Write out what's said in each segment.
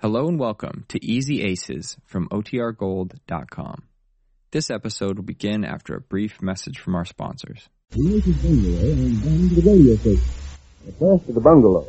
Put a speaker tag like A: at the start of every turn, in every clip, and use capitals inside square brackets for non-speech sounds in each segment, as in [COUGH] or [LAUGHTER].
A: Hello and welcome to Easy Aces from OTRGold.com. This episode will begin after a brief message from our sponsors.
B: We leave the bungalow and down to the radio station. At first to the bungalow.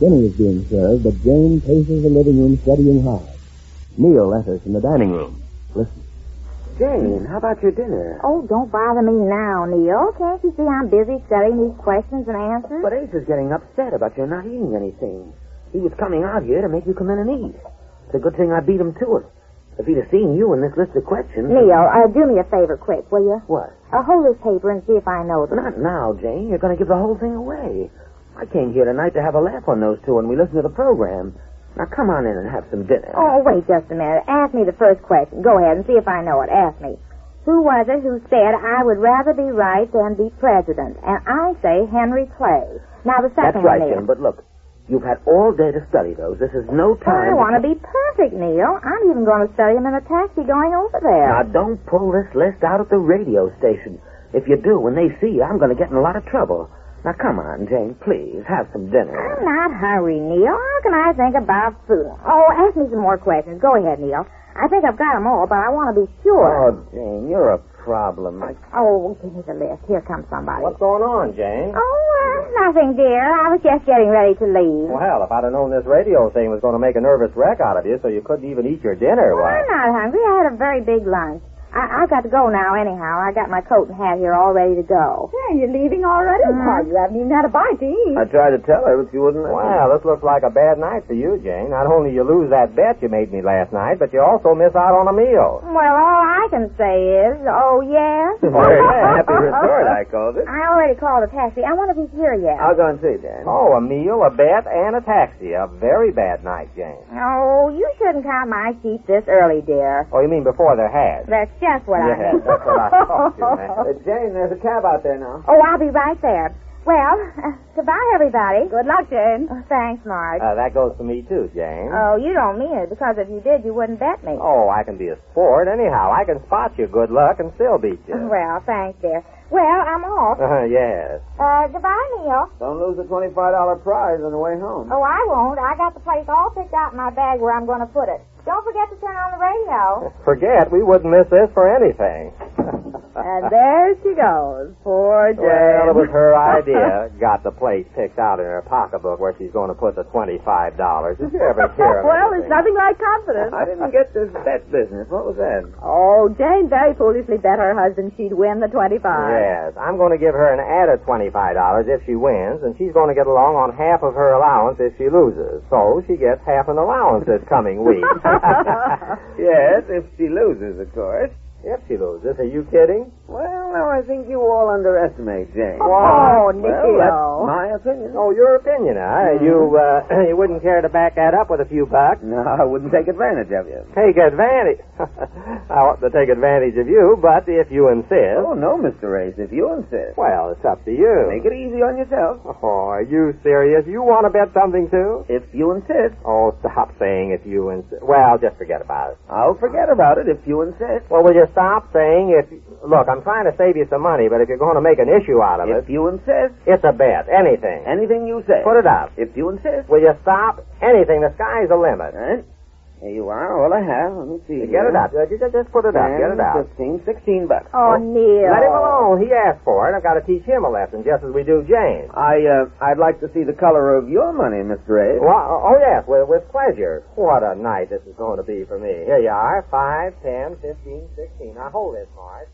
B: Dinner is being served, but Jane paces the living room studying hard. Neil enters from the dining room. Listen.
C: Jane, how about your dinner?
D: Oh, don't bother me now, Neil. Can't you see I'm busy studying these questions and answers?
C: But Ace is getting upset about your not eating anything. He was coming out here to make you come in and eat. It's a good thing I beat him to it. If he'd have seen you in this list of questions.
D: Neil, uh, do me a favor quick, will you?
C: What?
D: Uh, hold this paper and see if I know them.
C: Not now, Jane. You're going to give the whole thing away. I came here tonight to have a laugh on those two when we listened to the program. Now come on in and have some dinner.
D: Oh, wait just a minute. Ask me the first question. Go ahead and see if I know it. Ask me. Who was it who said I would rather be right than be president? And I say Henry Clay. Now the
C: That's
D: second
C: right,
D: one, Neil.
C: Jane. But look, you've had all day to study those. This is no
D: Well, I
C: time.
D: want to be perfect, Neil. I'm even going to study them in a taxi going over
C: Now
D: there.
C: don't pull this list out at the radio station. If you do, when they see you, I'm going to get in a lot of trouble. Now come on, Jane. Please have some dinner.
D: I'm not hungry, Neil. How can I think about food? Oh, ask me some more questions. Go ahead, Neil. I think I've got them all, but I want to be sure.
C: Oh, Jane, you're a problem. I...
D: Oh, give me the list. Here comes somebody.
C: going on, Jane?
D: Oh, uh, nothing, dear. I was just getting ready to leave.
C: Well, if I'd have known this radio thing was going to make a nervous wreck out of you, so you couldn't even eat your dinner,
D: Well, I'm not hungry. I had a very big lunch. I- I've got to go now, anyhow. I got my coat and hat here all ready to go. Mm-hmm.
E: Yeah, you're leaving already, Paul. You haven't even had a bite to eat.
C: I tried to tell her, but she wouldn't listen. Well, this looks like a bad night for you, Jane. Not only you lose that bet you made me last night, but you also miss out on a [LAUGHS] meal.
D: Well, all I can say is, oh, yes.
C: called it.
D: [LAUGHS] I already called a taxi. I wonder if he's here yet.
C: go and see, Jane. Oh, a meal, a bet, and a taxi. A very bad night, Jane.
D: Oh, you shouldn't count my sheep this early, dear.
C: Oh, you mean before they're had?
D: That's just what I mean. [LAUGHS]
C: [LAUGHS] Jane, there's a cab out there now.
D: oh, I'll be right there. Well, [LAUGHS] goodbye, everybody.
E: Good luck, Jane.
D: Oh, thanks, Marge.
C: Uh, that goes for me, too, Jane.
D: oh, you don't mean it, because if you did, you wouldn't bet me.
C: Oh, I can be a sport anyhow. I can spot your good luck and still beat you.
D: Well, thanks, dear. Well, I'm off.
C: Uh, [LAUGHS] yes.
D: Uh, goodbye, Neil.
C: Don't lose the twenty-five dollar prize on the way home.
D: Oh, I won't. I got the place all picked out in my bag where I'm going to put it. Don't forget to turn on
C: [LAUGHS]
D: the radio.
C: Forget, we wouldn't miss this for anything. [LAUGHS]
E: And there she goes. Poor
C: well, it
E: Jane. [LAUGHS]
C: was her idea. Got the place picked out in her pocketbook where she's going to put the twenty-five dollars. Did you ever hear of
E: well, there's
C: anything?
E: nothing like confidence.
C: I didn't get this bet business. What
E: [LAUGHS]
C: was that?
E: Oh, Jane very foolishly bet her husband she'd win the 25.
C: Yes, I'm going to give her an added twenty-five dollars if she wins, and she's going to get along on half of her allowance if she loses. So she gets half an allowance this coming week. [LAUGHS] yes, if she loses, of course. If she loses, are you kidding? Well, now I think you all underestimate Jane.
E: Oh, Nicky, oh.
C: my opinion. Oh, your opinion, huh?
F: Mm-hmm.
C: You uh, [CLEARS THROAT] you wouldn't care to back that up with a few bucks? No, I wouldn't take advantage of you. Take advantage? [LAUGHS] I ought to take advantage of you, but if you insist.
F: Oh, no, Mr. Race, if you insist.
C: Well, it's up to you.
F: Make it easy on yourself.
C: Oh, are you serious? You want to bet something too?
F: If you insist,
C: Oh, stop saying if you insist. Well, just forget about it.
F: I'll forget about it if you insist.
C: Well, will you stop saying if? Look, I'm trying to save you some money, but if you're going to make an issue out of
F: If
C: it,
F: you insist,
C: it's a bet. Anything.
F: anything you say.
C: Put it up.
F: If you insist.
C: Will you stop? Anything. The sky's the limit.
F: All right. Here you are, all I have. Let me see.
C: Get it up. Uh, Just, just put it up. Get it up.
F: 15, 16 bucks.
E: Oh, Neil.
C: Let him alone. He asked for it. I've got to teach him a lesson, just as we do Jane.
F: I, uh, I'd like to see the color of your money, Mr. Race.
C: Well, oh yes, with, with pleasure. What a night this is going to be for me. Here you are, five, ten, fifteen, sixteen. Now hold this, Marge.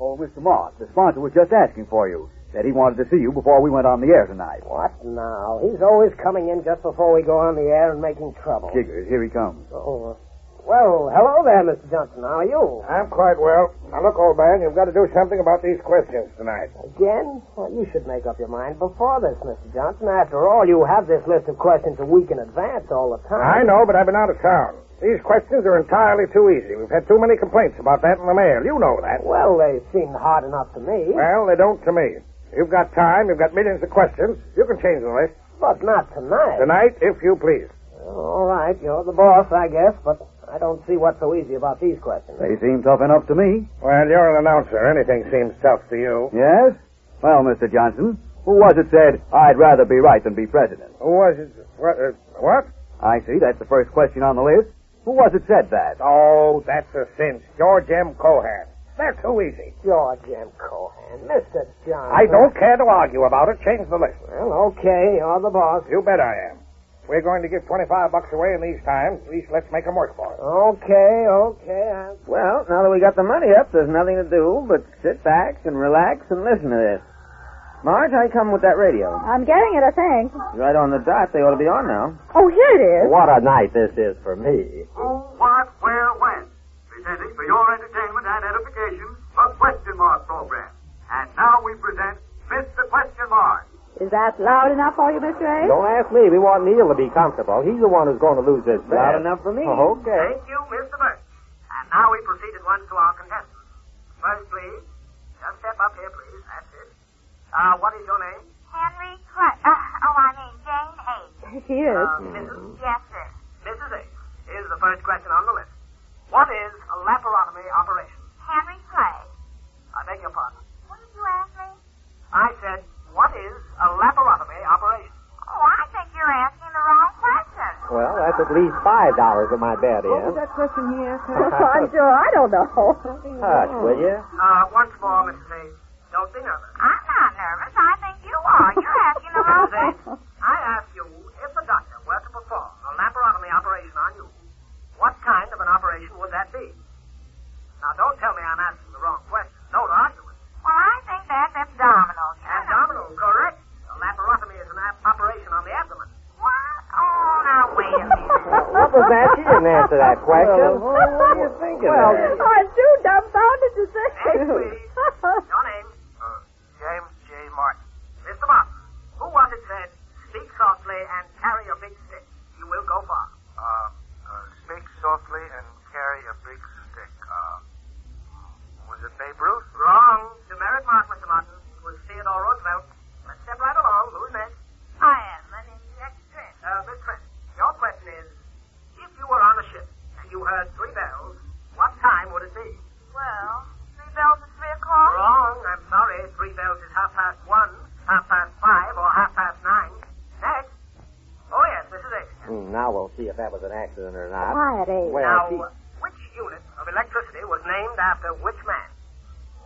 G: Oh, Mr. Moss, the sponsor was just asking for you. Said he wanted to see you before we went on the air tonight.
H: What now? He's always coming in just before we go on the air and making trouble.
G: Jiggers, here he comes.
H: Oh, uh, well, hello there, Mr. Johnson. How are you?
I: I'm quite well. Now look, old man, you've got to do something about these questions tonight.
H: Again? Well, you should make up your mind before this, Mr. Johnson. After all, you have this list of questions a week in advance all the
I: I
H: time.
I: know, but I've been out of town. These questions are entirely too easy. We've had too many complaints about that in the mail. You know that.
H: Well, they seem hard enough to me,
I: Well, they don't to me. You've got time. You've got millions of questions. You can change the list
H: but not tonight.
I: tonight, if you please.
H: All right, you're the boss, I guess, but I don't see what's so easy about these questions.
G: They seem tough enough to me.
I: Well, you're an announcer. Anything seems tough to you.
G: Yes? Well, Mr. Johnson,
J: Who was it said, I'd rather be right than be president?
I: Who was it? What? Uh, what?
J: I see. That's the first question on the list. Who was it said that?
I: Oh, that's a cinch. George M. Cohan. That's too easy.
K: George M. Cohan. Mr. Johnson.
I: I don't care to argue about it. Change the list.
K: Well, okay, you're the boss.
I: You bet I am. We're going to give 25 bucks away in these times. At least let's make 'em work for it.
K: Okay, okay. I...
C: Well, now that we got the money up, there's nothing to do but sit back and relax and listen to this. Marge, I come with that radio.
D: I'm getting it, I think.
C: Right on the dot. They ought to be on now.
D: Oh, here it is.
H: What a night this is for me.
L: Who, what, where, when? Presenting for your entertainment and edification the Question Mark program. And now we present Mr. Question Mark.
D: Is that loud enough for you, Mr. A?
H: Don't ask me. We want Neil to be comfortable. He's the one who's going to lose this bet. Oh,
C: Loud enough for me.
H: Okay.
L: Thank you, Mr. Burke. And now we proceed at once to our contestants. First, please. Just step up here, please. That's it. Uh, what is your name?
M: Henry Clark. Uh, oh, I mean Jane H.
D: She is.
L: Uh, Mrs.
M: Yes, sir.
L: Mrs. A. Is the first question on the list. What is a laparotomy operation?
M: Henry Clay.
L: I beg your pardon.
M: What did you ask me?
L: I said, what is a laparotomy operation?
M: Oh, I think you're asking the wrong question.
H: Well, that's at least five dollars of my bet,
N: What was
H: Ann.
N: that question he asked
H: [LAUGHS]
N: her?
D: I'm sure I don't know.
H: Hush, will you?
L: Uh, once more, Mrs. A. Don't be nervous.
M: I'm not nervous. I think you are. You're asking the wrong
D: [LAUGHS]
M: question.
L: I ask you if the doctor were to perform a laparotomy operation on you, what kind of an operation would that be? Now, don't tell me I'm asking the wrong question. Don't argue with me.
M: Well, I think that's abdominal.
L: Abdominal, correct. A laparotomy is an ab- operation on the abdomen.
M: What? Oh, now wait a minute.
H: What was that? You didn't answer that question.
C: what are you thinking
H: Well,
C: there?
D: Oh, I'm too dumbfounded to say.
L: Next, please. Your name? Uh, James J. Martin. Mr. Martin, who was it said, speak softly and carry a big stick? You will go far.
O: Uh, uh, speak softly and carry a big stick. Uh, was it Babe Ruth?
L: Wrong. Demerit mark, Mr. Martin. It was Theodore Roosevelt. Let's step right along. Who's next?
M: I am an injection.
L: Uh, Miss Trent, your question is, if you were on a ship and you heard three bells, what time would it be?
M: Well, three bells at three o'clock?
L: Wrong. I'm sorry. Three bells is half past one, half past five, or half past nine. Next. Oh, yes, Mrs. A.
H: Hmm, now we'll see if that was an accident or not.
D: [LAUGHS] [LAUGHS] Quiet, eh? Abe.
H: Well,
L: now,
H: gee,
L: which unit of electricity was named after which man?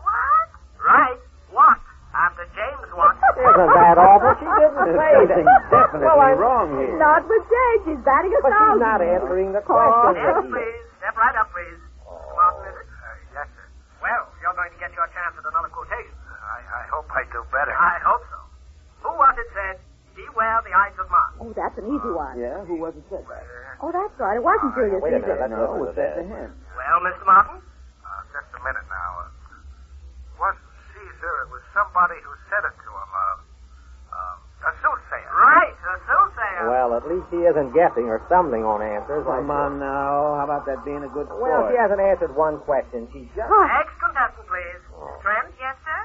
M: What?
L: Right. Watt. After James Watt.
H: isn't that awful? She didn't
C: [LAUGHS]
H: say
C: Something
H: that.
C: definitely
H: Well,
C: [LAUGHS]
H: I'm-
C: wrong here.
D: Not with Jane. She's batting a
H: But she's
D: thousand.
H: not answering the question.
L: Yes, please. Step right up, please. Martin,
O: Oh,
L: is it?
O: uh,
L: yes, sir. Well, you're going to get your chance at another quotation.
O: I, I hope I do better.
L: I hope so. Who was it said, beware the eyes of Mars?
D: Oh, that's an easy one.
C: Yeah, who was it said that?
D: Oh, that's right. It wasn't Julius
H: Wait a
D: Caesar.
H: minute. Let's
C: no,
H: listen
C: was
H: to
C: that the
H: this.
C: hint?
L: Well, Mr. Martin?
O: Uh, just a minute now. Uh, wasn't Caesar? It was somebody who said it to him. Uh, um, a soothsayer.
L: Right, a soothsayer.
H: Well, at least she isn't guessing or stumbling on answers. like
C: Come on now. How about that being a good
H: this. Well, she
C: sport?
H: hasn't answered one question. She's just.
L: Next contestant, please.
M: Oh.
L: Trent? Yes, sir?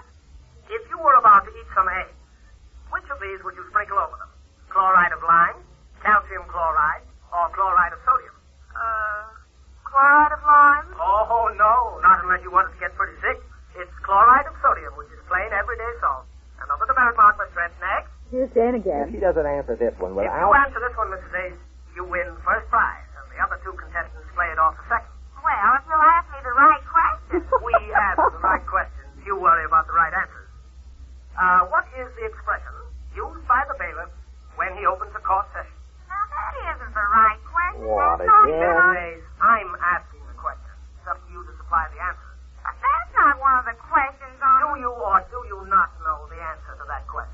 L: If you were about to eat some eggs, which of these would you sprinkle over them? Chloride of lime, calcium chloride, or chloride of sodium?
M: Uh, chloride of lime?
L: Oh, no, not unless you wanted to get pretty sick. It's chloride of sodium, which is plain everyday salt. Another demerit mark, Miss Trent. Next.
D: Here's Jane again.
H: She doesn't answer this one
L: If you
H: without.
L: answer this one, Mrs. Ace, you win first prize, and the other two contestants play it off the second.
M: Well, if you'll ask me the right question.
L: We
H: [LAUGHS]
D: [LAUGHS]
L: answer the right questions. You worry about the right answers. Uh, what is the expression used by the bailiff when he opens a court session?
M: Now, that isn't the right question.
H: What
M: That's not
H: again?
M: the-
L: Mrs. Ace, I'm asking the question. It's up to you to supply the answer.
M: But that's not one of the questions on
L: Do you or do you not know the answer to that question?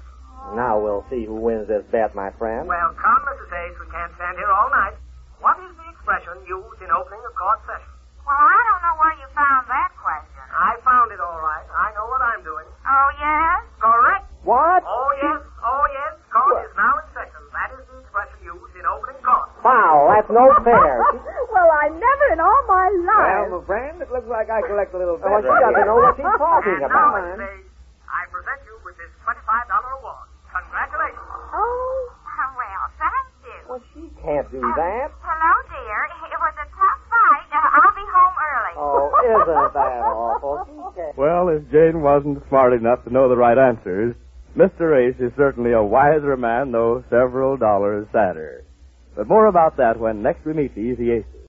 H: Now we'll see who wins this bet, my friend.
L: Well, come, Mrs. Ace. We can't stand here all night. What is the expression used in opening a court session?
M: Well, I don't know where you found that question.
L: I found it all right. I know what I'm doing.
M: Oh, yes?
L: Correct.
C: What?
L: Oh, yes. Oh, yes. Court is now in session. That is the expression used in opening court.
H: Foul. That's no
C: [LAUGHS]
H: fair. She-
D: well, I never in all my life.
C: Well, my friend, it looks like I collect a little
H: Oh, well,
C: bet
H: she
C: right
H: doesn't
C: here.
H: know what she's talking
C: [LAUGHS]
L: And now,
H: about.
L: Mrs. Ace, I present you with this $25 award. Congratulations.
D: oh,
M: Well, thank you.
H: Well, she can't do
M: Um,
H: that.
M: Hello, dear. It was a tough fight. Uh, I'll be home early.
H: Oh, isn't that awful? She can't.
P: Well, if Jane wasn't smart enough to know the right answers,
H: Mr. H is certainly a wiser man, though several dollars sadder. But more about that when next we meet the Easy Aces.